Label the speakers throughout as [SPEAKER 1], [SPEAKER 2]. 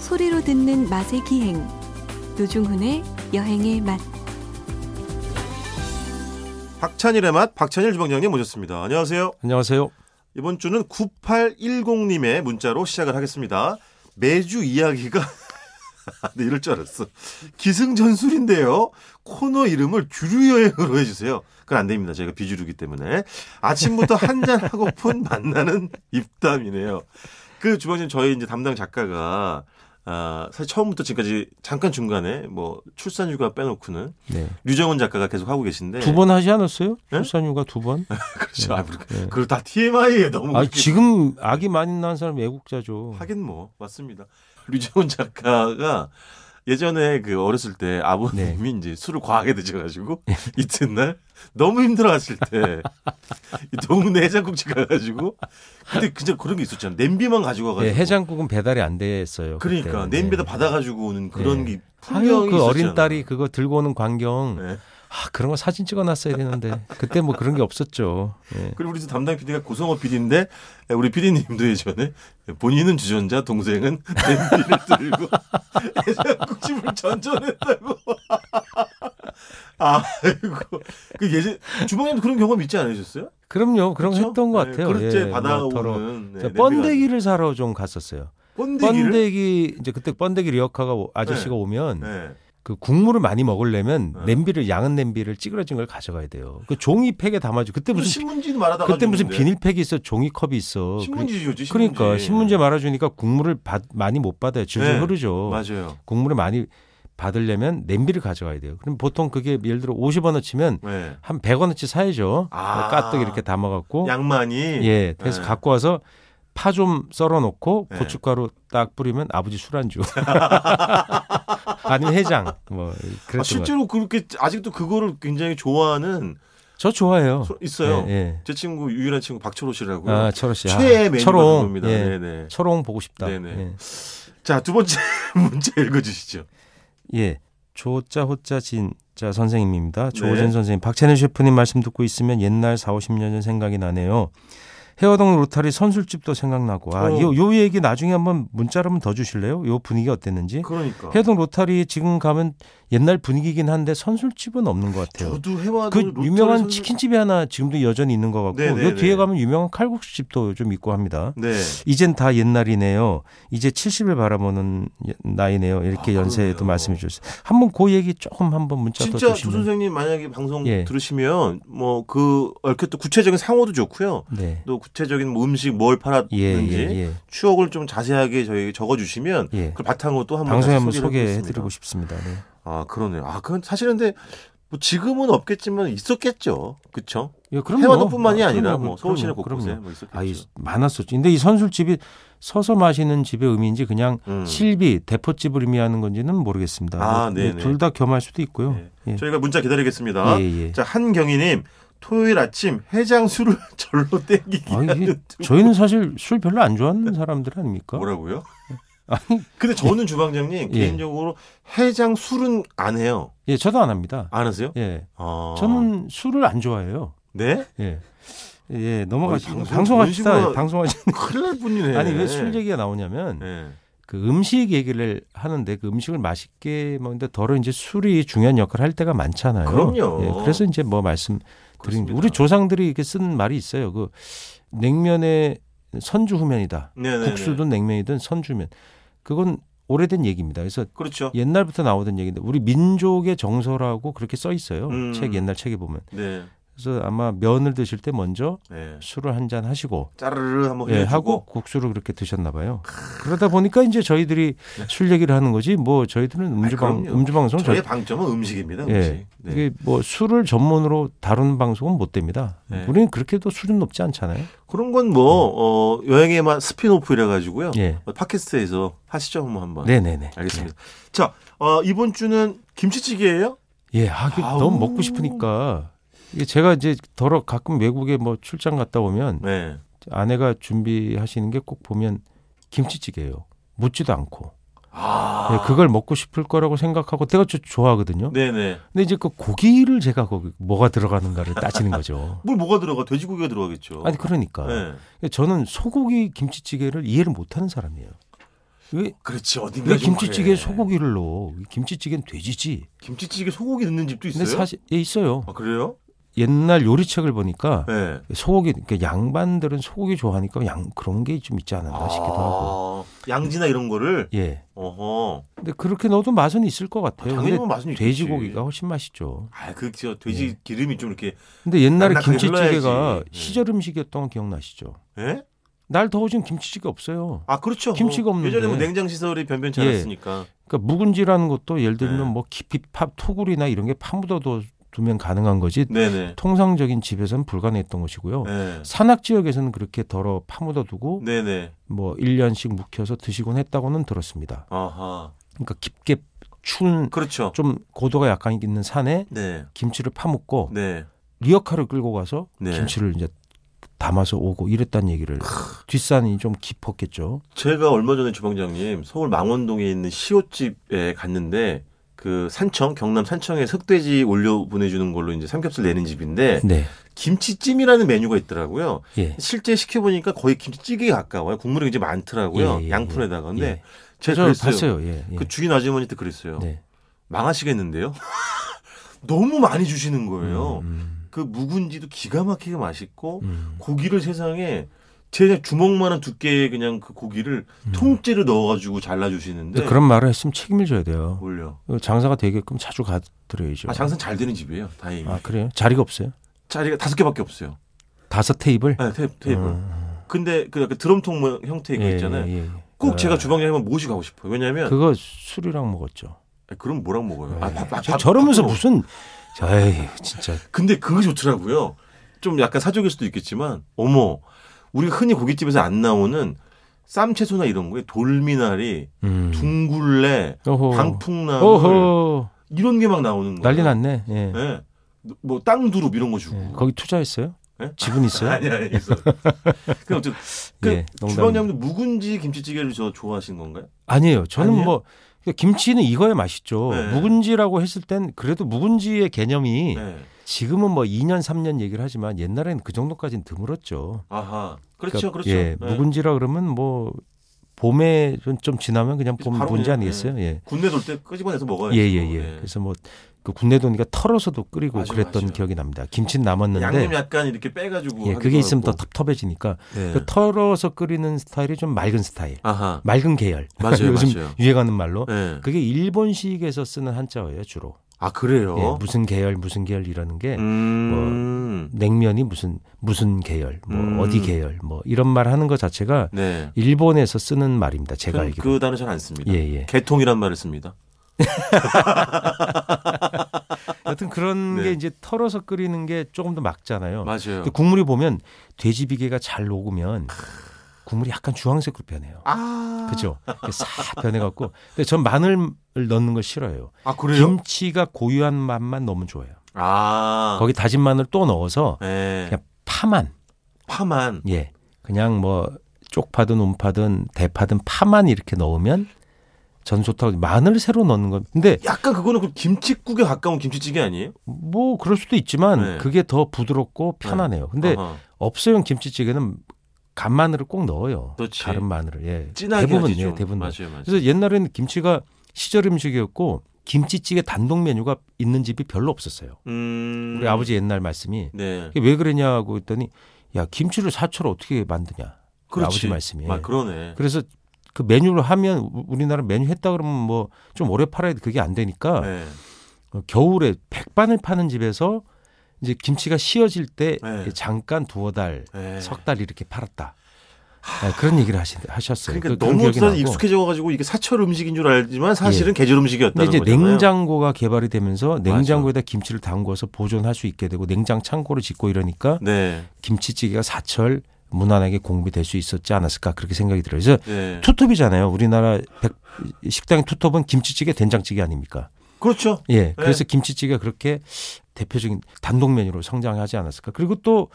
[SPEAKER 1] 소리로 듣는 맛의 기행 노중훈의 여행의 맛
[SPEAKER 2] 박찬일의 맛, 박찬일 주방장님 모셨습니다. 안녕하세요.
[SPEAKER 3] 안녕하세요.
[SPEAKER 2] 이번 주는 9810님의 문자로 시작을 하겠습니다. 매주 이야기가 네, 이럴 줄 알았어. 기승전술인데요. 코너 이름을 주류여행으로 해주세요. 그건 안 됩니다. 저희가 비주류기 때문에. 아침부터 한잔하고픈 만나는 입담이네요. 그 주방장님 저희 이제 담당 작가가 아, 사실 처음부터 지금까지 잠깐 중간에 뭐 출산 휴가 빼놓고는
[SPEAKER 3] 네.
[SPEAKER 2] 류정훈 작가가 계속 하고 계신데
[SPEAKER 3] 두 번 하지 않았어요?
[SPEAKER 2] 네?
[SPEAKER 3] 출산휴가 두 번?
[SPEAKER 2] 그렇죠. 아, 그렇-
[SPEAKER 3] 네.
[SPEAKER 2] 그걸 다 TMI에 너무
[SPEAKER 3] 아,
[SPEAKER 2] 웃기다.
[SPEAKER 3] 지금 아기 많이 낳은 사람 애국자죠.
[SPEAKER 2] 하긴 뭐 맞습니다. 류재훈 작가가 예전에 그 어렸을 때 아버님이
[SPEAKER 3] 네.
[SPEAKER 2] 이제 술을 과하게 드셔가지고 이튿날 너무 힘들어하실 때 이 동네 해장국집 가가지고 근데 진짜 그런 게 있었잖아요. 냄비만 가지고 가가지고
[SPEAKER 3] 네, 해장국은 배달이 안 됐어요. 그때.
[SPEAKER 2] 그러니까 냄비에다
[SPEAKER 3] 네.
[SPEAKER 2] 받아가지고 오는 그런
[SPEAKER 3] 네.
[SPEAKER 2] 게
[SPEAKER 3] 아유,
[SPEAKER 2] 풍경이
[SPEAKER 3] 그 어린
[SPEAKER 2] 있었잖아요.
[SPEAKER 3] 딸이 그거 들고 오는 광경.
[SPEAKER 2] 네.
[SPEAKER 3] 아, 그런 거 사진 찍어놨어야 되는데 그때 뭐 그런 게 없었죠. 네.
[SPEAKER 2] 그리고 우리 담당 PD가 고성호 PD인데 우리 PD님도 예전에 본인은 주전자 동생은 냄비를 들고 해장국집을 전전했다고. 아이고 그 예전 주방에도 그런 경험 있지 않으셨어요?
[SPEAKER 3] 그럼요, 그런 거
[SPEAKER 2] 그렇죠?
[SPEAKER 3] 했던 것
[SPEAKER 2] 네,
[SPEAKER 3] 같아요.
[SPEAKER 2] 그릇째
[SPEAKER 3] 예, 뭐 더러.
[SPEAKER 2] 받아오는 네,
[SPEAKER 3] 자,
[SPEAKER 2] 냄비가
[SPEAKER 3] 번데기를 사러 좀 갔었어요.
[SPEAKER 2] 번데기를.
[SPEAKER 3] 번데기 이제 그때 번데기 리어카가 오- 아저씨가 오면
[SPEAKER 2] 네.
[SPEAKER 3] 그 국물을 많이 먹으려면
[SPEAKER 2] 네.
[SPEAKER 3] 냄비를 양은 냄비를 찌그러진 걸 가져가야 돼요. 그 종이팩에 담아줘. 그때
[SPEAKER 2] 그
[SPEAKER 3] 무슨
[SPEAKER 2] 신문지도 말하다가
[SPEAKER 3] 그때 무슨
[SPEAKER 2] 죽는데.
[SPEAKER 3] 비닐팩이 있어, 종이컵이 있어.
[SPEAKER 2] 신문지죠, 신문지.
[SPEAKER 3] 그러, 니까 신문지에 뭐. 말아주니까 국물을 받- 많이 못 받아요. 질질
[SPEAKER 2] 네,
[SPEAKER 3] 흐르죠.
[SPEAKER 2] 맞아요.
[SPEAKER 3] 국물을 많이 받으려면 냄비를 가져가야 돼요. 그럼 보통 그게 예를 들어 50원어치면
[SPEAKER 2] 네.
[SPEAKER 3] 한 100원어치 사야죠.
[SPEAKER 2] 아.
[SPEAKER 3] 까뜩 이렇게 담아갖고
[SPEAKER 2] 양만이
[SPEAKER 3] 어? 예, 그래서
[SPEAKER 2] 네.
[SPEAKER 3] 갖고 와서 파 좀 썰어놓고
[SPEAKER 2] 네.
[SPEAKER 3] 고춧가루 딱 뿌리면 아버지 술안주 아니면 해장 뭐
[SPEAKER 2] 아,
[SPEAKER 3] 그랬던 것
[SPEAKER 2] 실제로 그렇게 아직도 그거를 굉장히 좋아하는
[SPEAKER 3] 저 좋아해요.
[SPEAKER 2] 소- 있어요.
[SPEAKER 3] 예, 예.
[SPEAKER 2] 제 친구 유일한 친구 박철호 씨라고
[SPEAKER 3] 아, 철호 씨.
[SPEAKER 2] 최애
[SPEAKER 3] 아,
[SPEAKER 2] 메뉴가 그겁니다.
[SPEAKER 3] 예.
[SPEAKER 2] 네네.
[SPEAKER 3] 철옹 보고 싶다.
[SPEAKER 2] 네네.
[SPEAKER 3] 예.
[SPEAKER 2] 자 두 번째 문제 읽어주시죠.
[SPEAKER 3] 예. 조자 호자 진자 선생님입니다.
[SPEAKER 2] 네.
[SPEAKER 3] 조호진 선생님, 박찬일 셰프님 말씀 듣고 있으면 옛날 4, 50년 전 생각이 나네요. 해화동 로타리 선술집도 생각나고 아,
[SPEAKER 2] 어.
[SPEAKER 3] 요, 요 얘기 나중에 한번 문자로 한번 더 주실래요? 요 분위기 어땠는지?
[SPEAKER 2] 그러니까
[SPEAKER 3] 예? 해동 로타리 지금 가면 옛날 분위기긴 한데 선술집은 없는 것 같아요.
[SPEAKER 2] 저도 해와
[SPEAKER 3] 그 유명한 치킨집이 하나 지금도 여전히 있는 것 같고
[SPEAKER 2] 네네네.
[SPEAKER 3] 요 뒤에 가면 유명한 칼국수집도 좀 있고 합니다.
[SPEAKER 2] 네
[SPEAKER 3] 이젠 다 옛날이네요. 이제 70을 바라보는 나이네요. 이렇게
[SPEAKER 2] 아,
[SPEAKER 3] 연세도
[SPEAKER 2] 그러네요.
[SPEAKER 3] 말씀해 주셨어요. 한번 그 얘기 조금 한번 문자 더
[SPEAKER 2] 진짜 조
[SPEAKER 3] 주시면.
[SPEAKER 2] 선생님 만약에 방송
[SPEAKER 3] 예.
[SPEAKER 2] 들으시면 뭐 그 얽혔던 구체적인 상호도 좋고요.
[SPEAKER 3] 네.
[SPEAKER 2] 또 구체적인 뭐 음식 뭘 팔았는지
[SPEAKER 3] 예, 예,
[SPEAKER 2] 추억을 좀 자세하게 저희 적어주시면
[SPEAKER 3] 예. 예.
[SPEAKER 2] 그걸 바탕으로 또 한번
[SPEAKER 3] 방송에 한번
[SPEAKER 2] 다시 소개를 해보겠습니다.
[SPEAKER 3] 소개해드리고 싶습니다. 네.
[SPEAKER 2] 아 그러네요. 아 그건 사실 근데 뭐 지금은 없겠지만 있었겠죠. 그렇죠.
[SPEAKER 3] 예, 그럼요.
[SPEAKER 2] 해와동뿐만이 아니라
[SPEAKER 3] 그럼요,
[SPEAKER 2] 뭐 서울 시내
[SPEAKER 3] 그럼요,
[SPEAKER 2] 곳곳에
[SPEAKER 3] 그럼요.
[SPEAKER 2] 뭐 있었겠죠.
[SPEAKER 3] 아이 많았었죠. 근데 이 선술집이 서서 마시는 집의 의미인지 그냥
[SPEAKER 2] 음.
[SPEAKER 3] 실비 대포집을 의미하는 건지는 모르겠습니다. 뭐,
[SPEAKER 2] 아, 네네.
[SPEAKER 3] 둘 다 겸할 수도 있고요.
[SPEAKER 2] 네.
[SPEAKER 3] 예.
[SPEAKER 2] 저희가 문자 기다리겠습니다.
[SPEAKER 3] 예, 예.
[SPEAKER 2] 자 한경희님 토요일 아침 해장술을 절로 땡기기
[SPEAKER 3] 아, 이게
[SPEAKER 2] 하는 두-
[SPEAKER 3] 저희는 사실 술 별로 안 좋아하는 사람들 아닙니까?
[SPEAKER 2] 뭐라고요? 근데 저는 주방장님
[SPEAKER 3] 아, 예.
[SPEAKER 2] 개인적으로 해장술은 안 해요.
[SPEAKER 3] 예, 저도 안 합니다.
[SPEAKER 2] 안 하세요?
[SPEAKER 3] 예,
[SPEAKER 2] 아.
[SPEAKER 3] 저는 술을 안 좋아해요.
[SPEAKER 2] 네
[SPEAKER 3] 예, 예, 넘어가시고
[SPEAKER 2] 아니, 방송-
[SPEAKER 3] 방송하시다.
[SPEAKER 2] 본심으로-
[SPEAKER 3] 방송하시.
[SPEAKER 2] 큰일 날 뿐이네.
[SPEAKER 3] 아니 왜 술 얘기가 나오냐면
[SPEAKER 2] 네.
[SPEAKER 3] 그 음식 얘기를 하는데 그 음식을 맛있게 먹는데 더러 이제 술이 중요한 역할을 할 때가 많잖아요.
[SPEAKER 2] 그럼요.
[SPEAKER 3] 예, 그래서 이제 뭐 말씀 드린
[SPEAKER 2] 그렇습니다.
[SPEAKER 3] 우리 조상들이 이렇게 쓴 말이 있어요. 그 냉면의 선주 후면이다.
[SPEAKER 2] 네네네.
[SPEAKER 3] 국수든 냉면이든 선주면 그건 오래된 얘기입니다. 그래서
[SPEAKER 2] 그렇죠.
[SPEAKER 3] 옛날부터 나오던 얘기인데 우리 민족의 정서라고 그렇게 써 있어요.
[SPEAKER 2] 음.
[SPEAKER 3] 책 옛날 책에 보면.
[SPEAKER 2] 네.
[SPEAKER 3] 그래서 아마 면을 드실 때 먼저
[SPEAKER 2] 네.
[SPEAKER 3] 술을 한 잔 하시고
[SPEAKER 2] 짜르르 한번
[SPEAKER 3] 예,
[SPEAKER 2] 해주고.
[SPEAKER 3] 하고 국수를 그렇게 드셨나 봐요. 그러다 보니까 이제 저희들이 술 얘기를 하는 거지 뭐 저희들은 음주방
[SPEAKER 2] 네. 그럼요.
[SPEAKER 3] 음주방송
[SPEAKER 2] 저의 방점은 음식입니다. 음식.
[SPEAKER 3] 예.
[SPEAKER 2] 네.
[SPEAKER 3] 이게 뭐 술을 전문으로 다루는 방송은 못 됩니다.
[SPEAKER 2] 네.
[SPEAKER 3] 우리는 그렇게도 수준 높지 않잖아요.
[SPEAKER 2] 그런 건 뭐 어, 여행의 맛 스피노프이라 가지고요.
[SPEAKER 3] 예.
[SPEAKER 2] 어, 팟캐스트에서 하시죠 뭐 한번.
[SPEAKER 3] 네, 네, 네.
[SPEAKER 2] 알겠습니다. 자 어, 이번 주는 김치찌개예요?
[SPEAKER 3] 예, 아, 이게
[SPEAKER 2] 아우.
[SPEAKER 3] 너무 먹고 싶으니까 이게 제가 이제 더러 가끔 외국에 뭐 출장 갔다 오면
[SPEAKER 2] 네.
[SPEAKER 3] 아내가 준비하시는 게 꼭 보면 김치찌개예요. 묻지도 않고
[SPEAKER 2] 아.
[SPEAKER 3] 예, 그걸 먹고 싶을 거라고 생각하고 내가 저 좋아하거든요.
[SPEAKER 2] 네네.
[SPEAKER 3] 근데 이제 그 고기를 제가 거기 뭐가 들어가는가를 따지는 거죠.
[SPEAKER 2] 뭘 뭐가 들어가? 돼지고기가 들어가겠죠.
[SPEAKER 3] 아니 그러니까
[SPEAKER 2] 네.
[SPEAKER 3] 저는 소고기 김치찌개를 이해를 못하는 사람이에요. 왜,
[SPEAKER 2] 그렇지 어딘가
[SPEAKER 3] 왜
[SPEAKER 2] 좀 예.
[SPEAKER 3] 김치찌개에
[SPEAKER 2] 그래.
[SPEAKER 3] 소고기를 넣어? 김치찌개는 돼지지.
[SPEAKER 2] 김치찌개 소고기 넣는 집도 있어요.
[SPEAKER 3] 근데 사실 예, 있어요.
[SPEAKER 2] 아 그래요?
[SPEAKER 3] 옛날 요리책을 보니까
[SPEAKER 2] 네.
[SPEAKER 3] 소고기 그러니까 양반들은 소고기 좋아하니까 양 그런 게 좀 있지 않았나 싶기도 하고.
[SPEAKER 2] 아, 양지나 이런 거를
[SPEAKER 3] 예.
[SPEAKER 2] 어허.
[SPEAKER 3] 근데 그렇게 넣어도 맛은 있을 것
[SPEAKER 2] 아,
[SPEAKER 3] 같아요.
[SPEAKER 2] 당연히
[SPEAKER 3] 근데
[SPEAKER 2] 뭐 맛은 있겠지.
[SPEAKER 3] 돼지고기가 예. 훨씬 맛있죠.
[SPEAKER 2] 아그 저 돼지 기름이 좀 이렇게
[SPEAKER 3] 근데 옛날에
[SPEAKER 2] 낭낭하게
[SPEAKER 3] 김치찌개가
[SPEAKER 2] 아, 흘러야지. 예.
[SPEAKER 3] 시절 음식이었던 거 기억나시죠?
[SPEAKER 2] 예?
[SPEAKER 3] 날 더워지면 김치찌개 없어요.
[SPEAKER 2] 아 그렇죠.
[SPEAKER 3] 김치가
[SPEAKER 2] 뭐, 예전에 뭐
[SPEAKER 3] 없는데.
[SPEAKER 2] 냉장 시설이 변변치
[SPEAKER 3] 예.
[SPEAKER 2] 않았으니까.
[SPEAKER 3] 그러니까 묵은지라는 것도 예를 들면
[SPEAKER 2] 네.
[SPEAKER 3] 뭐 깊이 팝 토굴이나 이런 게 파묻어 두면 가능한 거지.
[SPEAKER 2] 네네.
[SPEAKER 3] 통상적인 집에서는 불가능했던 것이고요.
[SPEAKER 2] 네.
[SPEAKER 3] 산악 지역에서는 그렇게 덜어 파묻어 두고
[SPEAKER 2] 네네.
[SPEAKER 3] 뭐 1년씩 묵혀서 드시곤 했다고는 들었습니다.
[SPEAKER 2] 아하.
[SPEAKER 3] 그러니까 깊게 추운
[SPEAKER 2] 그렇죠.
[SPEAKER 3] 좀 고도가 약간 있는 산에
[SPEAKER 2] 네.
[SPEAKER 3] 김치를 파묻고
[SPEAKER 2] 네.
[SPEAKER 3] 리어카를 끌고 가서
[SPEAKER 2] 네.
[SPEAKER 3] 김치를 이제 담아서 오고 이랬다는 얘기를 뒷산이 좀 깊었겠죠.
[SPEAKER 2] 제가 얼마 전에 주방장님 서울 망원동에 있는 시옷집에 갔는데 그 산청 경남 산청에 석돼지 올려 보내주는 걸로 이제 삼겹살 내는 집인데
[SPEAKER 3] 네.
[SPEAKER 2] 김치찜이라는 메뉴가 있더라고요.
[SPEAKER 3] 예.
[SPEAKER 2] 실제 시켜 보니까 거의 김치찌개에 가까워요. 국물이 이제 많더라고요.
[SPEAKER 3] 예, 예,
[SPEAKER 2] 양푼에다가. 근데
[SPEAKER 3] 예.
[SPEAKER 2] 제가
[SPEAKER 3] 저
[SPEAKER 2] 그랬어요.
[SPEAKER 3] 봤어요. 예. 예.
[SPEAKER 2] 그 주인 아주머니한테 그랬어요.
[SPEAKER 3] 네.
[SPEAKER 2] 망하시겠는데요? 너무 많이 주시는 거예요.
[SPEAKER 3] 음,
[SPEAKER 2] 그 묵은지도 기가 막히게 맛있고
[SPEAKER 3] 음,
[SPEAKER 2] 고기를 세상에 제 그냥 주먹만한 두께의 그냥 그 고기를
[SPEAKER 3] 음.
[SPEAKER 2] 통째로 넣어가지고
[SPEAKER 3] 근데
[SPEAKER 2] 잘라주시는데
[SPEAKER 3] 그런 말을 했으면 책임을 져야 돼요.
[SPEAKER 2] 올려.
[SPEAKER 3] 장사가 되게끔 자주 가드려야죠.
[SPEAKER 2] 어. 아 장사 잘 되는 집이에요. 다행히
[SPEAKER 3] 그렇죠. 아, 그래요? 자리가 없어요?
[SPEAKER 2] 자리가 다섯 개밖에 없어요.
[SPEAKER 3] 다섯 테이블?
[SPEAKER 2] 네, 테이블. 테이블.
[SPEAKER 3] 음,
[SPEAKER 2] 근데 그 약간 드럼통 모양 형태의 거
[SPEAKER 3] 예,
[SPEAKER 2] 있잖아요.
[SPEAKER 3] 예, 예.
[SPEAKER 2] 꼭
[SPEAKER 3] 아,
[SPEAKER 2] 제가 주방장님 한번 모시고 가고 싶어요. 왜냐하면 그...
[SPEAKER 3] 그거 술이랑 먹었죠.
[SPEAKER 2] 럼 뭐랑 먹어요. 아, 밥, 밥,
[SPEAKER 3] 저-
[SPEAKER 2] 밥,
[SPEAKER 3] 저러면서
[SPEAKER 2] 밥도
[SPEAKER 3] 무슨 에이 진짜
[SPEAKER 2] 근데 그게 좋더라고요. 좀 약간 사족일 수도 있겠지만, 어머, 우리가 흔히 고깃집에서 안 나오는 쌈채소나 이런 거에 돌미나리,
[SPEAKER 3] 음.
[SPEAKER 2] 둥굴레,
[SPEAKER 3] 어허.
[SPEAKER 2] 방풍나물
[SPEAKER 3] 어허
[SPEAKER 2] 이런 게 막 나오는 거예요.
[SPEAKER 3] 난리 났네. 예.
[SPEAKER 2] 예. 뭐 땅두릅 이런 거 주고.
[SPEAKER 3] 예. 거기 투자했어요?
[SPEAKER 2] 예?
[SPEAKER 3] 지분 있어요?
[SPEAKER 2] 아니 아니 있어. 그 어쨌든 그
[SPEAKER 3] 예, 농담.
[SPEAKER 2] 주방장님도 묵은지 김치찌개를 저 좋아하시는 건가요?
[SPEAKER 3] 아니에요. 저는
[SPEAKER 2] 아니에요?
[SPEAKER 3] 뭐 그러니까 김치는 이거야 맛있죠.
[SPEAKER 2] 네.
[SPEAKER 3] 묵은지라고 했을 땐 그래도 묵은지의 개념이
[SPEAKER 2] 네.
[SPEAKER 3] 지금은 뭐 2년 3년 얘기를 하지만 옛날에는 그 정도까지는 드물었죠.
[SPEAKER 2] 아하. 그렇죠, 그렇죠.
[SPEAKER 3] 예,
[SPEAKER 2] 예.
[SPEAKER 3] 묵은지라 그러면 뭐 봄에 좀, 좀 지나면 그냥 봄
[SPEAKER 2] 바로
[SPEAKER 3] 본지
[SPEAKER 2] 그냥, 네.
[SPEAKER 3] 아니겠어요? 예.
[SPEAKER 2] 군내 돌 때 끄집어내서 먹어야죠. 네.
[SPEAKER 3] 예, 예, 예. 그래서 뭐 그 국내 돈이가 털어서도 끓이고
[SPEAKER 2] 맞아요,
[SPEAKER 3] 그랬던
[SPEAKER 2] 맞아요.
[SPEAKER 3] 기억이 납니다. 김치는 남았는데
[SPEAKER 2] 양념 약간 이렇게 빼가지고.
[SPEAKER 3] 예,
[SPEAKER 2] 하기도
[SPEAKER 3] 그게 있으면 더
[SPEAKER 2] 하고.
[SPEAKER 3] 텁텁해지니까
[SPEAKER 2] 예.
[SPEAKER 3] 그 털어서 끓이는 스타일이 좀 맑은 스타일,
[SPEAKER 2] 아하.
[SPEAKER 3] 맑은 계열.
[SPEAKER 2] 맞아요,
[SPEAKER 3] 요즘
[SPEAKER 2] 맞아요.
[SPEAKER 3] 유행하는 말로
[SPEAKER 2] 예.
[SPEAKER 3] 뭐, 그게 일본식에서 쓰는 한자어예요 주로.
[SPEAKER 2] 아 그래요?
[SPEAKER 3] 예, 무슨 계열, 무슨 뭐, 계열 이라는 게
[SPEAKER 2] 음.
[SPEAKER 3] 냉면이 무슨 무슨 계열, 뭐
[SPEAKER 2] 음.
[SPEAKER 3] 어디 계열, 뭐 이런 말 하는 것 자체가
[SPEAKER 2] 네.
[SPEAKER 3] 일본에서 쓰는 말입니다. 제가
[SPEAKER 2] 저는
[SPEAKER 3] 알기로.
[SPEAKER 2] 그 단어 잘 안 씁니다.
[SPEAKER 3] 예, 예.
[SPEAKER 2] 개통이란 말을 씁니다.
[SPEAKER 3] 여튼 그런
[SPEAKER 2] 네.
[SPEAKER 3] 게 이제 털어서 끓이는 게 조금 더 맑잖아요.
[SPEAKER 2] 맞아요.
[SPEAKER 3] 근데 그 국물이 보면 돼지 비계가 잘 녹으면 국물이 약간 주황색으로 변해요.
[SPEAKER 2] 아.
[SPEAKER 3] 그죠? 이렇게 싹 변해갖고. 근데 전 마늘을 넣는 걸 싫어해요.
[SPEAKER 2] 아 그래요?
[SPEAKER 3] 김치가 고유한 맛만 넣으면 좋아요.
[SPEAKER 2] 아.
[SPEAKER 3] 거기 다진 마늘 또 넣어서
[SPEAKER 2] 예.
[SPEAKER 3] 그냥 파만,
[SPEAKER 2] 파만.
[SPEAKER 3] 예, 그냥 뭐 쪽파든 옴파든 대파든 파만 이렇게 넣으면 전 좋다고 마늘 새로 넣는 건 근데
[SPEAKER 2] 약간 그거는 그 김치국에 가까운 김치찌개 아니에요?
[SPEAKER 3] 뭐 그럴 수도 있지만
[SPEAKER 2] 네.
[SPEAKER 3] 그게 더 부드럽고 편안해요. 근데
[SPEAKER 2] 아하.
[SPEAKER 3] 업소용 김치찌개는 간마늘을 꼭 넣어요.
[SPEAKER 2] 그렇지.
[SPEAKER 3] 다른 마늘을 예,
[SPEAKER 2] 진하게
[SPEAKER 3] 대부분
[SPEAKER 2] 하지 좀.
[SPEAKER 3] 예, 대부분
[SPEAKER 2] 맞아요, 맞아요.
[SPEAKER 3] 그래서 옛날에는 김치가 시절 음식이었고 김치찌개 단독 메뉴가 있는 집이 별로 없었어요.
[SPEAKER 2] 음.
[SPEAKER 3] 우리 아버지 옛날 말씀이
[SPEAKER 2] 네.
[SPEAKER 3] 이게 왜 그러냐고 했더니 야 김치를 사철 어떻게 만드냐. 우리 아버지 말씀이.
[SPEAKER 2] 아, 그러네.
[SPEAKER 3] 그래서 그 메뉴를 하면 우- 우리나라 메뉴 했다 그러면 뭐 좀 오래 팔아야 돼. 그게 안 되니까
[SPEAKER 2] 네.
[SPEAKER 3] 어, 겨울에 백반을 파는 집에서 이제 김치가 씌어질 때
[SPEAKER 2] 네.
[SPEAKER 3] 잠깐 두어 달,
[SPEAKER 2] 네.
[SPEAKER 3] 석 달 이렇게 팔았다. 네, 그런 얘기를 하신, 하셨어요.
[SPEAKER 2] 그러니까
[SPEAKER 3] 그- 그런
[SPEAKER 2] 너무
[SPEAKER 3] 기억이
[SPEAKER 2] 비싸서
[SPEAKER 3] 나고. 예.
[SPEAKER 2] 익숙해져가지고 이게 사철 음식인 줄 알지만 사실은 계절
[SPEAKER 3] 근데
[SPEAKER 2] 음식이었다는
[SPEAKER 3] 이제
[SPEAKER 2] 거잖아요.
[SPEAKER 3] 냉장고가 개발이 되면서 냉장고에다 김치를 담궈서 보존할 수 있게 되고 냉장 창고를 짓고 이러니까
[SPEAKER 2] 네.
[SPEAKER 3] 김치찌개가 사철 무난하게 공비될 수 있었지 않았을까 그렇게 생각이 들어요. 그래서
[SPEAKER 2] 네.
[SPEAKER 3] 투톱이잖아요. 우리나라 백- 식당의 투톱은 김치찌개, 된장찌개 아닙니까?
[SPEAKER 2] 그렇죠.
[SPEAKER 3] 예. 그래서 김치찌개가 그렇게 대표적인 단독 메뉴로 성장하지 않았을까. 그리고 또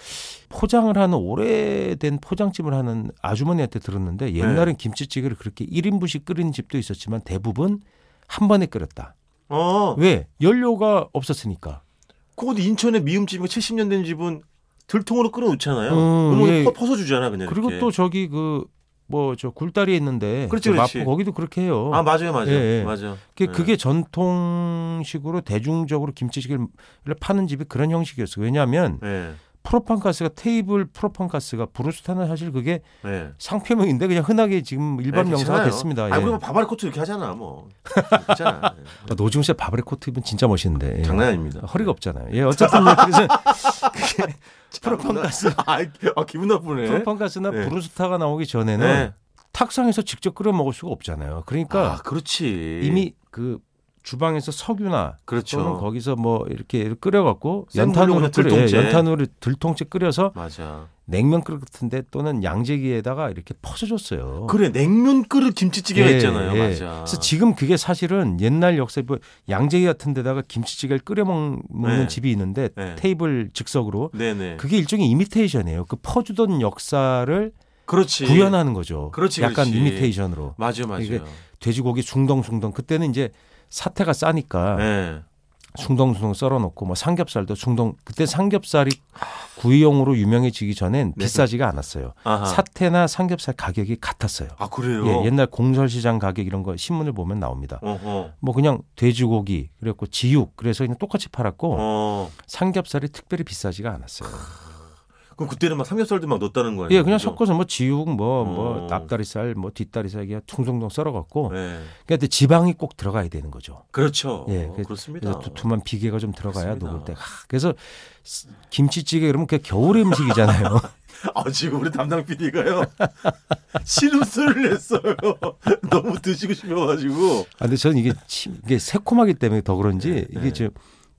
[SPEAKER 3] 포장을 하는 오래된 포장집을 하는 아주머니한테 들었는데
[SPEAKER 2] 네.
[SPEAKER 3] 옛날엔 김치찌개를 그렇게 1인분씩 끓인 집도 있었지만 대부분 한 번에 끓였다.
[SPEAKER 2] 어.
[SPEAKER 3] 왜? 연료가 없었으니까.
[SPEAKER 2] 그것도 인천의 미음집이고 70년 된 집은 들통으로 끓여놓잖아요.
[SPEAKER 3] 음,
[SPEAKER 2] 그러면
[SPEAKER 3] 예.
[SPEAKER 2] 퍼, 퍼서 주잖아 그냥.
[SPEAKER 3] 그리고
[SPEAKER 2] 네, 이렇게.
[SPEAKER 3] 또 저기 그 뭐 저 굴다리에 있는데
[SPEAKER 2] 그렇지,
[SPEAKER 3] 그
[SPEAKER 2] 그렇지.
[SPEAKER 3] 마포 거기도 그렇게 해요.
[SPEAKER 2] 아 맞아요, 맞아요,
[SPEAKER 3] 예, 예.
[SPEAKER 2] 맞아요. 예.
[SPEAKER 3] 그게, 그게 전통식으로 대중적으로 김치찌개를 파는 집이 그런 형식이었어요. 왜냐하면
[SPEAKER 2] 예,
[SPEAKER 3] 프로판 가스가 테이블 프로판 가스가 브루스타는 사실 그게
[SPEAKER 2] 예.
[SPEAKER 3] 상표명인데 그냥 흔하게 지금 일반
[SPEAKER 2] 예,
[SPEAKER 3] 명사가
[SPEAKER 2] 괜찮아요.
[SPEAKER 3] 됐습니다. 예.
[SPEAKER 2] 아 그러면 바바리 코트 이렇게 하잖아, 뭐. 괜찮아. 예.
[SPEAKER 3] 아, 노지훈 씨의 바바리 코트 입은 진짜 멋있는데. 예.
[SPEAKER 2] 장난 아닙니다.
[SPEAKER 3] 허리가 없잖아요. 예, 어쨌든 뭐 그래서 프로판
[SPEAKER 2] 장난-
[SPEAKER 3] 가스.
[SPEAKER 2] 아, 아, 기분 나쁘네.
[SPEAKER 3] 프로판 가스나
[SPEAKER 2] 네.
[SPEAKER 3] 브루스타가 나오기 전에는
[SPEAKER 2] 네.
[SPEAKER 3] 탁상에서 직접 끓여 먹을 수가 없잖아요.
[SPEAKER 2] 아,
[SPEAKER 3] 그러니까
[SPEAKER 2] 그렇지.
[SPEAKER 3] 이미 그 주방에서 석유나 또는
[SPEAKER 2] 그렇죠.
[SPEAKER 3] 거기서 뭐 이렇게 끓여갖고
[SPEAKER 2] 센
[SPEAKER 3] 연탄으로
[SPEAKER 2] 불용에서
[SPEAKER 3] 끓여 예,
[SPEAKER 2] 들통째.
[SPEAKER 3] 연탄으로 들통째 끓여서
[SPEAKER 2] 맞아.
[SPEAKER 3] 냉면 그릇 같은데 또는 양재기에다가 이렇게 퍼져줬어요.
[SPEAKER 2] 그래 냉면 끓을 김치찌개가
[SPEAKER 3] 예,
[SPEAKER 2] 있잖아요.
[SPEAKER 3] 예.
[SPEAKER 2] 맞아.
[SPEAKER 3] 그래서 지금 그게 사실은 옛날 역사에 뭐 양재기 같은 데다가 김치찌개를 끓여 먹- 먹는
[SPEAKER 2] 네.
[SPEAKER 3] 집이 있는데
[SPEAKER 2] 네.
[SPEAKER 3] 테이블 즉석으로
[SPEAKER 2] 네네.
[SPEAKER 3] 그게 일종의 이미테이션이에요. 그 퍼주던 역사를
[SPEAKER 2] 그, 렇지
[SPEAKER 3] 구현하는 거죠.
[SPEAKER 2] 그렇지,
[SPEAKER 3] 약간
[SPEAKER 2] 그렇지.
[SPEAKER 3] 이미테이션으로
[SPEAKER 2] 맞아 맞아.
[SPEAKER 3] 이게-
[SPEAKER 2] 요
[SPEAKER 3] 돼지고기 숭덩숭덩 그때는 이제 사태가 싸니까
[SPEAKER 2] 예.
[SPEAKER 3] 숭덩숭덩 썰어놓고 뭐 삼겹살도 숭덩 그때 삼겹살이 구이용으로 유명해지기 전엔
[SPEAKER 2] 네.
[SPEAKER 3] 비싸지가 않았어요.
[SPEAKER 2] 아하.
[SPEAKER 3] 사태나 삼겹살 가격이 같았어요.
[SPEAKER 2] 아 그래요.
[SPEAKER 3] 예, 옛날 공설시장 가격 이런 거 신문을 보면 나옵니다.
[SPEAKER 2] 어허.
[SPEAKER 3] 뭐 그냥 돼지고기 그랬고 지육 그래서 그냥 똑같이 팔았고
[SPEAKER 2] 어.
[SPEAKER 3] 삼겹살이 특별히 비싸지가 않았어요.
[SPEAKER 2] 그럼 그때는 막 삼겹살도 막 넣었다는 거예요.
[SPEAKER 3] 예, 그냥
[SPEAKER 2] 그죠?
[SPEAKER 3] 섞어서 뭐 지육 뭐 뭐
[SPEAKER 2] 어.
[SPEAKER 3] 앞다리살 뭐 뒷다리살 그냥 퉁퉁퉁 썰어갖고
[SPEAKER 2] 예.
[SPEAKER 3] 그러니까 지방이 꼭 들어가야 되는 거죠.
[SPEAKER 2] 그렇죠.
[SPEAKER 3] 예,
[SPEAKER 2] 어,
[SPEAKER 3] 그-
[SPEAKER 2] 그렇습니다.
[SPEAKER 3] 그래서 두툼한 비계가 좀 들어가야
[SPEAKER 2] 그렇습니다.
[SPEAKER 3] 녹을 때. 하, 그래서 스- 김치찌개 그러면 그게 겨울의 음식이잖아요.
[SPEAKER 2] 아 지금 우리 담당 PD가요 신음소리를 냈어요. 너무 드시고 싶어가지고.
[SPEAKER 3] 아, 근데 저는 이게 침, 이게 새콤하기 때문에 더
[SPEAKER 2] 네,
[SPEAKER 3] 그런지
[SPEAKER 2] 네.
[SPEAKER 3] 이게 지금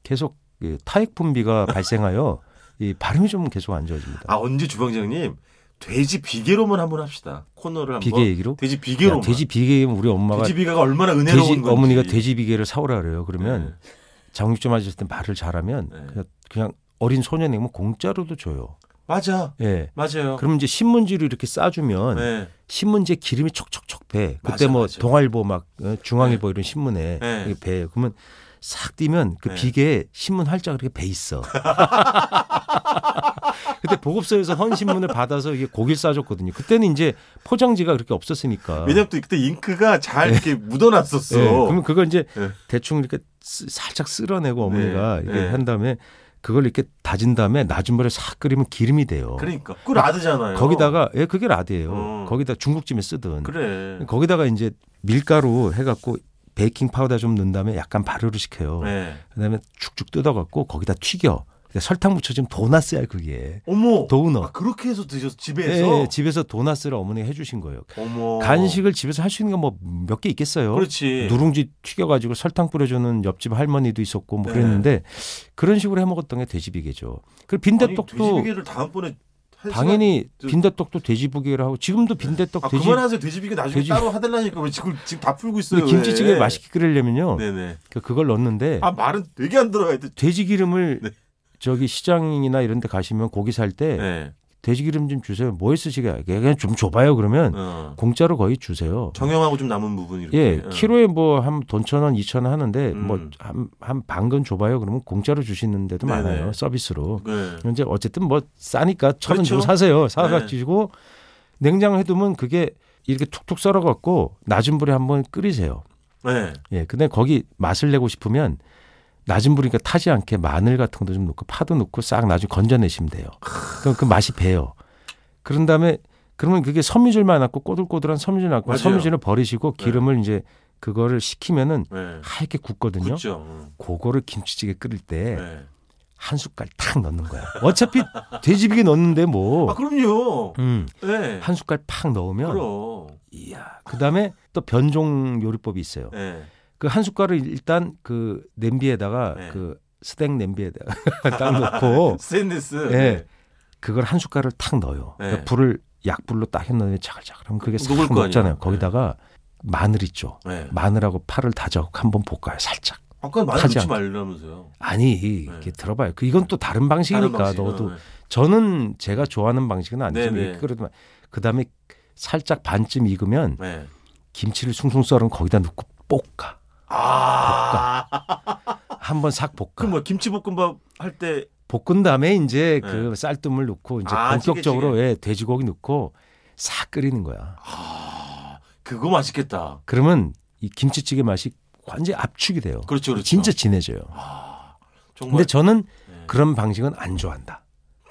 [SPEAKER 3] 계속 이 타액 분비가 발생하여 이 발음이 좀 계속 안 좋아집니다.
[SPEAKER 2] 아 언제 주방장님 돼지 비계로만 한번 합시다 코너를 한번.
[SPEAKER 3] 비계 얘기로?
[SPEAKER 2] 돼지
[SPEAKER 3] 야,
[SPEAKER 2] 비계로만.
[SPEAKER 3] 돼지 비계면 우리 엄마가
[SPEAKER 2] 돼지
[SPEAKER 3] 돼지,
[SPEAKER 2] 비계가 얼마나 은혜로운 건지.
[SPEAKER 3] 어머니가 돼지 비계를 사오라 그래요. 그러면
[SPEAKER 2] 네.
[SPEAKER 3] 장육점 아저씨한테 말을 잘하면
[SPEAKER 2] 네.
[SPEAKER 3] 그냥, 그냥 어린 소년이면 공짜로도 줘요.
[SPEAKER 2] 맞아
[SPEAKER 3] 예.
[SPEAKER 2] 맞아요.
[SPEAKER 3] 그러면 이제 신문지로 이렇게 싸주면
[SPEAKER 2] 네.
[SPEAKER 3] 신문지에 기름이 촉촉촉 배. 그때
[SPEAKER 2] 맞아,
[SPEAKER 3] 뭐
[SPEAKER 2] 맞아.
[SPEAKER 3] 동아일보 막 어, 중앙일보 이런 신문에
[SPEAKER 2] 네.
[SPEAKER 3] 이게 배. 그러면 싹 뛰면 그
[SPEAKER 2] 네.
[SPEAKER 3] 비계에 신문 활자가 이렇게 배 있어. 그때 보급소에서 헌 신문을 받아서 이게 고기를 싸줬거든요. 그때는 이제 포장지가 그렇게 없었으니까.
[SPEAKER 2] 왜냐면 또 그때 잉크가 잘 이렇게 묻어놨었어.
[SPEAKER 3] 예, 아. 네. 그러면 그걸 이제
[SPEAKER 2] 네.
[SPEAKER 3] 대충 이렇게 쓰- 살짝 쓸어내고 어머니가
[SPEAKER 2] 네,
[SPEAKER 3] 이렇게
[SPEAKER 2] 네.
[SPEAKER 3] 한 다음에 그걸 이렇게 다진 다음에 낮은 불에 싹 끓이면 기름이 돼요.
[SPEAKER 2] 그러니까 꿀 아드잖아요.
[SPEAKER 3] 거기다가 예, 그게 라드예요.
[SPEAKER 2] 어.
[SPEAKER 3] 거기다 중국집에 쓰든
[SPEAKER 2] 그래.
[SPEAKER 3] 거기다가 이제 밀가루 해갖고 베이킹 파우더 좀 넣은 다음에 약간 발효를 시켜요.
[SPEAKER 2] 네.
[SPEAKER 3] 그다음에 쭉쭉 뜯어갖고 거기다 튀겨. 근데 설탕 묻혀지면 도넛이야 그게.
[SPEAKER 2] 어머. 아,
[SPEAKER 3] 도넛.
[SPEAKER 2] 그렇게 해서 드셔서
[SPEAKER 3] 예,
[SPEAKER 2] 집에서.
[SPEAKER 3] 예, 집에서 도넛을 어머니가 해주신 거예요.
[SPEAKER 2] 어머.
[SPEAKER 3] 간식을 집에서 할 수 있는 건 뭐 몇 개 있겠어요.
[SPEAKER 2] 그렇지.
[SPEAKER 3] 누룽지 튀겨가지고 설탕 뿌려주는 옆집 할머니도 있었고 뭐
[SPEAKER 2] 네.
[SPEAKER 3] 그랬는데 그런 식으로 해 먹었던 게 돼지비계죠. 그리고
[SPEAKER 2] 아니,
[SPEAKER 3] 빈대떡도
[SPEAKER 2] 돼지비계를 다음번에 한
[SPEAKER 3] 당연히
[SPEAKER 2] 저-
[SPEAKER 3] 빈대떡도 돼지비계를 하고 지금도 빈대떡
[SPEAKER 2] 시간- 아,
[SPEAKER 3] 돼지
[SPEAKER 2] 그만하세요. 돼지비계 나중에
[SPEAKER 3] 돼지-
[SPEAKER 2] 따로 하달라니까 왜 지금 지금 다 풀고 있어요.
[SPEAKER 3] 근데 김치찌개
[SPEAKER 2] 왜.
[SPEAKER 3] 맛있게 끓이려면요
[SPEAKER 2] 네네.
[SPEAKER 3] 그- 그걸 넣는데
[SPEAKER 2] 아 말은 되게 안 들어가야 돼.
[SPEAKER 3] 돼지 기름을
[SPEAKER 2] 네.
[SPEAKER 3] 저기 시장이나 이런 데 가시면 고기 살 때
[SPEAKER 2] 네.
[SPEAKER 3] 돼지 기름 좀 주세요. 뭐에 쓰시게 그냥 좀 줘봐요. 그러면
[SPEAKER 2] 어.
[SPEAKER 3] 공짜로 거의 주세요.
[SPEAKER 2] 정형하고 좀 남은 부분 이렇게.
[SPEAKER 3] 음. 예,
[SPEAKER 2] 어.
[SPEAKER 3] 키로에 뭐 한 돈 천 원, 이천 원 하는데
[SPEAKER 2] 음.
[SPEAKER 3] 뭐 한 한 반건 줘봐요. 그러면 공짜로 주시는 데도
[SPEAKER 2] 네네.
[SPEAKER 3] 많아요. 서비스로.
[SPEAKER 2] 네.
[SPEAKER 3] 이제 어쨌든 뭐 싸니까 천 원 주고
[SPEAKER 2] 그렇죠.
[SPEAKER 3] 사세요. 사가
[SPEAKER 2] 네.
[SPEAKER 3] 주시고 냉장을 해두면 그게 이렇게 툭툭 썰어갖고 낮은 불에 한번 끓이세요.
[SPEAKER 2] 네.
[SPEAKER 3] 예, 근데 거기 맛을 내고 싶으면 낮은 불이니까 타지 않게 마늘 같은 것도 좀 넣고 파도 넣고 싹 나중에 건져내시면 돼요. 그럼 그 맛이 배요. 그런 다음에 그러면 그게 섬유질만 남고 꼬들꼬들한 섬유질 남고
[SPEAKER 2] 맞아요.
[SPEAKER 3] 섬유질을 버리시고
[SPEAKER 2] 네.
[SPEAKER 3] 기름을 이제 그거를 식히면은
[SPEAKER 2] 네.
[SPEAKER 3] 하얗게 굽거든요. 예.
[SPEAKER 2] 굳죠. 음.
[SPEAKER 3] 그거를 김치찌개 끓일 때
[SPEAKER 2] 네.
[SPEAKER 3] 한 숟갈 탁 넣는 거야. 어차피 돼지비계 넣는데
[SPEAKER 2] 아
[SPEAKER 3] 뭐.
[SPEAKER 2] 그럼요.
[SPEAKER 3] 음.
[SPEAKER 2] 네.
[SPEAKER 3] 한 숟갈 팍 넣으면
[SPEAKER 2] 그럼.
[SPEAKER 3] 이야. 그다음에 또 변종 요리법이 있어요.
[SPEAKER 2] 네.
[SPEAKER 3] 그 한 숟갈을 일단 그 냄비에다가
[SPEAKER 2] 네.
[SPEAKER 3] 그 스택 냄비에다가 딱 넣고
[SPEAKER 2] 스테인리스.
[SPEAKER 3] 예. 그걸 한 숟갈을 탁 넣어요.
[SPEAKER 2] 네.
[SPEAKER 3] 그러니까 불을 약불로 딱 해놓으면 차글차글 하면 그게 싹
[SPEAKER 2] 녹을 거 아니에요.
[SPEAKER 3] 녹잖아요.
[SPEAKER 2] 네.
[SPEAKER 3] 거기다가 마늘 있죠.
[SPEAKER 2] 네.
[SPEAKER 3] 마늘하고 파를 다져 한번 볶아요. 살짝.
[SPEAKER 2] 아까 마늘
[SPEAKER 3] 하지
[SPEAKER 2] 넣지
[SPEAKER 3] 않고.
[SPEAKER 2] 말라면서요.
[SPEAKER 3] 아니
[SPEAKER 2] 네.
[SPEAKER 3] 이렇게 들어봐요. 그 이건 또 다른 방식이니까
[SPEAKER 2] 다른 방식으로.
[SPEAKER 3] 넣어도
[SPEAKER 2] 네.
[SPEAKER 3] 저는 제가 좋아하는 방식은 아니지만
[SPEAKER 2] 네, 네.
[SPEAKER 3] 이렇게 끓여도 그 다음에 살짝 반쯤 익으면
[SPEAKER 2] 네.
[SPEAKER 3] 김치를 숭숭 썰은 거기다 넣고 볶아.
[SPEAKER 2] 아.
[SPEAKER 3] 한번 싹 볶아.
[SPEAKER 2] 그럼 뭐 김치볶음밥 할 때
[SPEAKER 3] 볶은 다음에 이제
[SPEAKER 2] 네.
[SPEAKER 3] 그 쌀뜨물 넣고 이제
[SPEAKER 2] 아,
[SPEAKER 3] 본격적으로 예, 돼지고기 넣고 싹 끓이는 거야.
[SPEAKER 2] 아, 그거 맛있겠다.
[SPEAKER 3] 그러면 이 김치찌개 맛이 완전히 압축이 돼요.
[SPEAKER 2] 그렇죠, 그렇죠.
[SPEAKER 3] 진짜 진해져요.
[SPEAKER 2] 아, 정말
[SPEAKER 3] 근데 저는
[SPEAKER 2] 네.
[SPEAKER 3] 그런 방식은 안 좋아한다.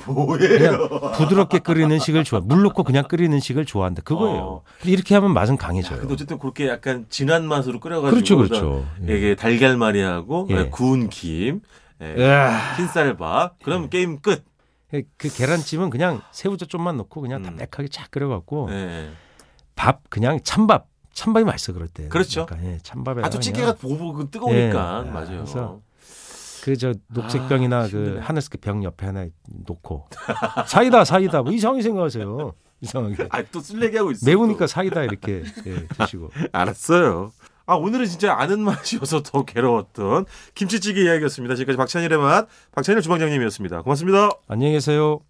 [SPEAKER 2] 뭐예요?
[SPEAKER 3] 그냥 부드럽게 끓이는 식을 좋아. 물 넣고 그냥 끓이는 식을 좋아한다. 그거예요.
[SPEAKER 2] 어.
[SPEAKER 3] 근데 이렇게 하면 맛은
[SPEAKER 2] 야,
[SPEAKER 3] 강해져요.
[SPEAKER 2] 근데 어쨌든 그렇게 약간 진한 맛으로 끓여가지고
[SPEAKER 3] 그렇죠, 그렇죠.
[SPEAKER 2] 예, 이게 달걀말이하고
[SPEAKER 3] 예.
[SPEAKER 2] 예, 구운 김, 예,
[SPEAKER 3] 야,
[SPEAKER 2] 흰쌀밥. 그럼
[SPEAKER 3] 예.
[SPEAKER 2] 게임 끝.
[SPEAKER 3] 아. 그 계란찜은 그냥 새우젓 좀만 넣고 그냥
[SPEAKER 2] 음.
[SPEAKER 3] 담백하게 착 끓여갖고
[SPEAKER 2] 예.
[SPEAKER 3] 밥 그냥 찬밥 찬밥이 맛있어 그럴 때.
[SPEAKER 2] 그렇죠.
[SPEAKER 3] 약간, 예, 찬밥에
[SPEAKER 2] 아또 찌개가 보고 그 뜨거우니까
[SPEAKER 3] 예.
[SPEAKER 2] 맞아요.
[SPEAKER 3] 그래서 그저 녹색병이나
[SPEAKER 2] 아,
[SPEAKER 3] 그
[SPEAKER 2] 힘드네.
[SPEAKER 3] 하늘색 병 옆에 하나 놓고 사이다 사이다 뭐 이상하게 생각하세요. 이상하게
[SPEAKER 2] 아또 쓸래기 하고 있어.
[SPEAKER 3] 매우니까 사이다 이렇게 예, 드시고.
[SPEAKER 2] 알았어요. 아 오늘은 진짜 아는 맛이어서 더 괴로웠던 김치찌개 이야기였습니다. 지금까지 박찬일의 맛 박찬일 주방장님이었습니다. 고맙습니다.
[SPEAKER 3] 안녕히 계세요.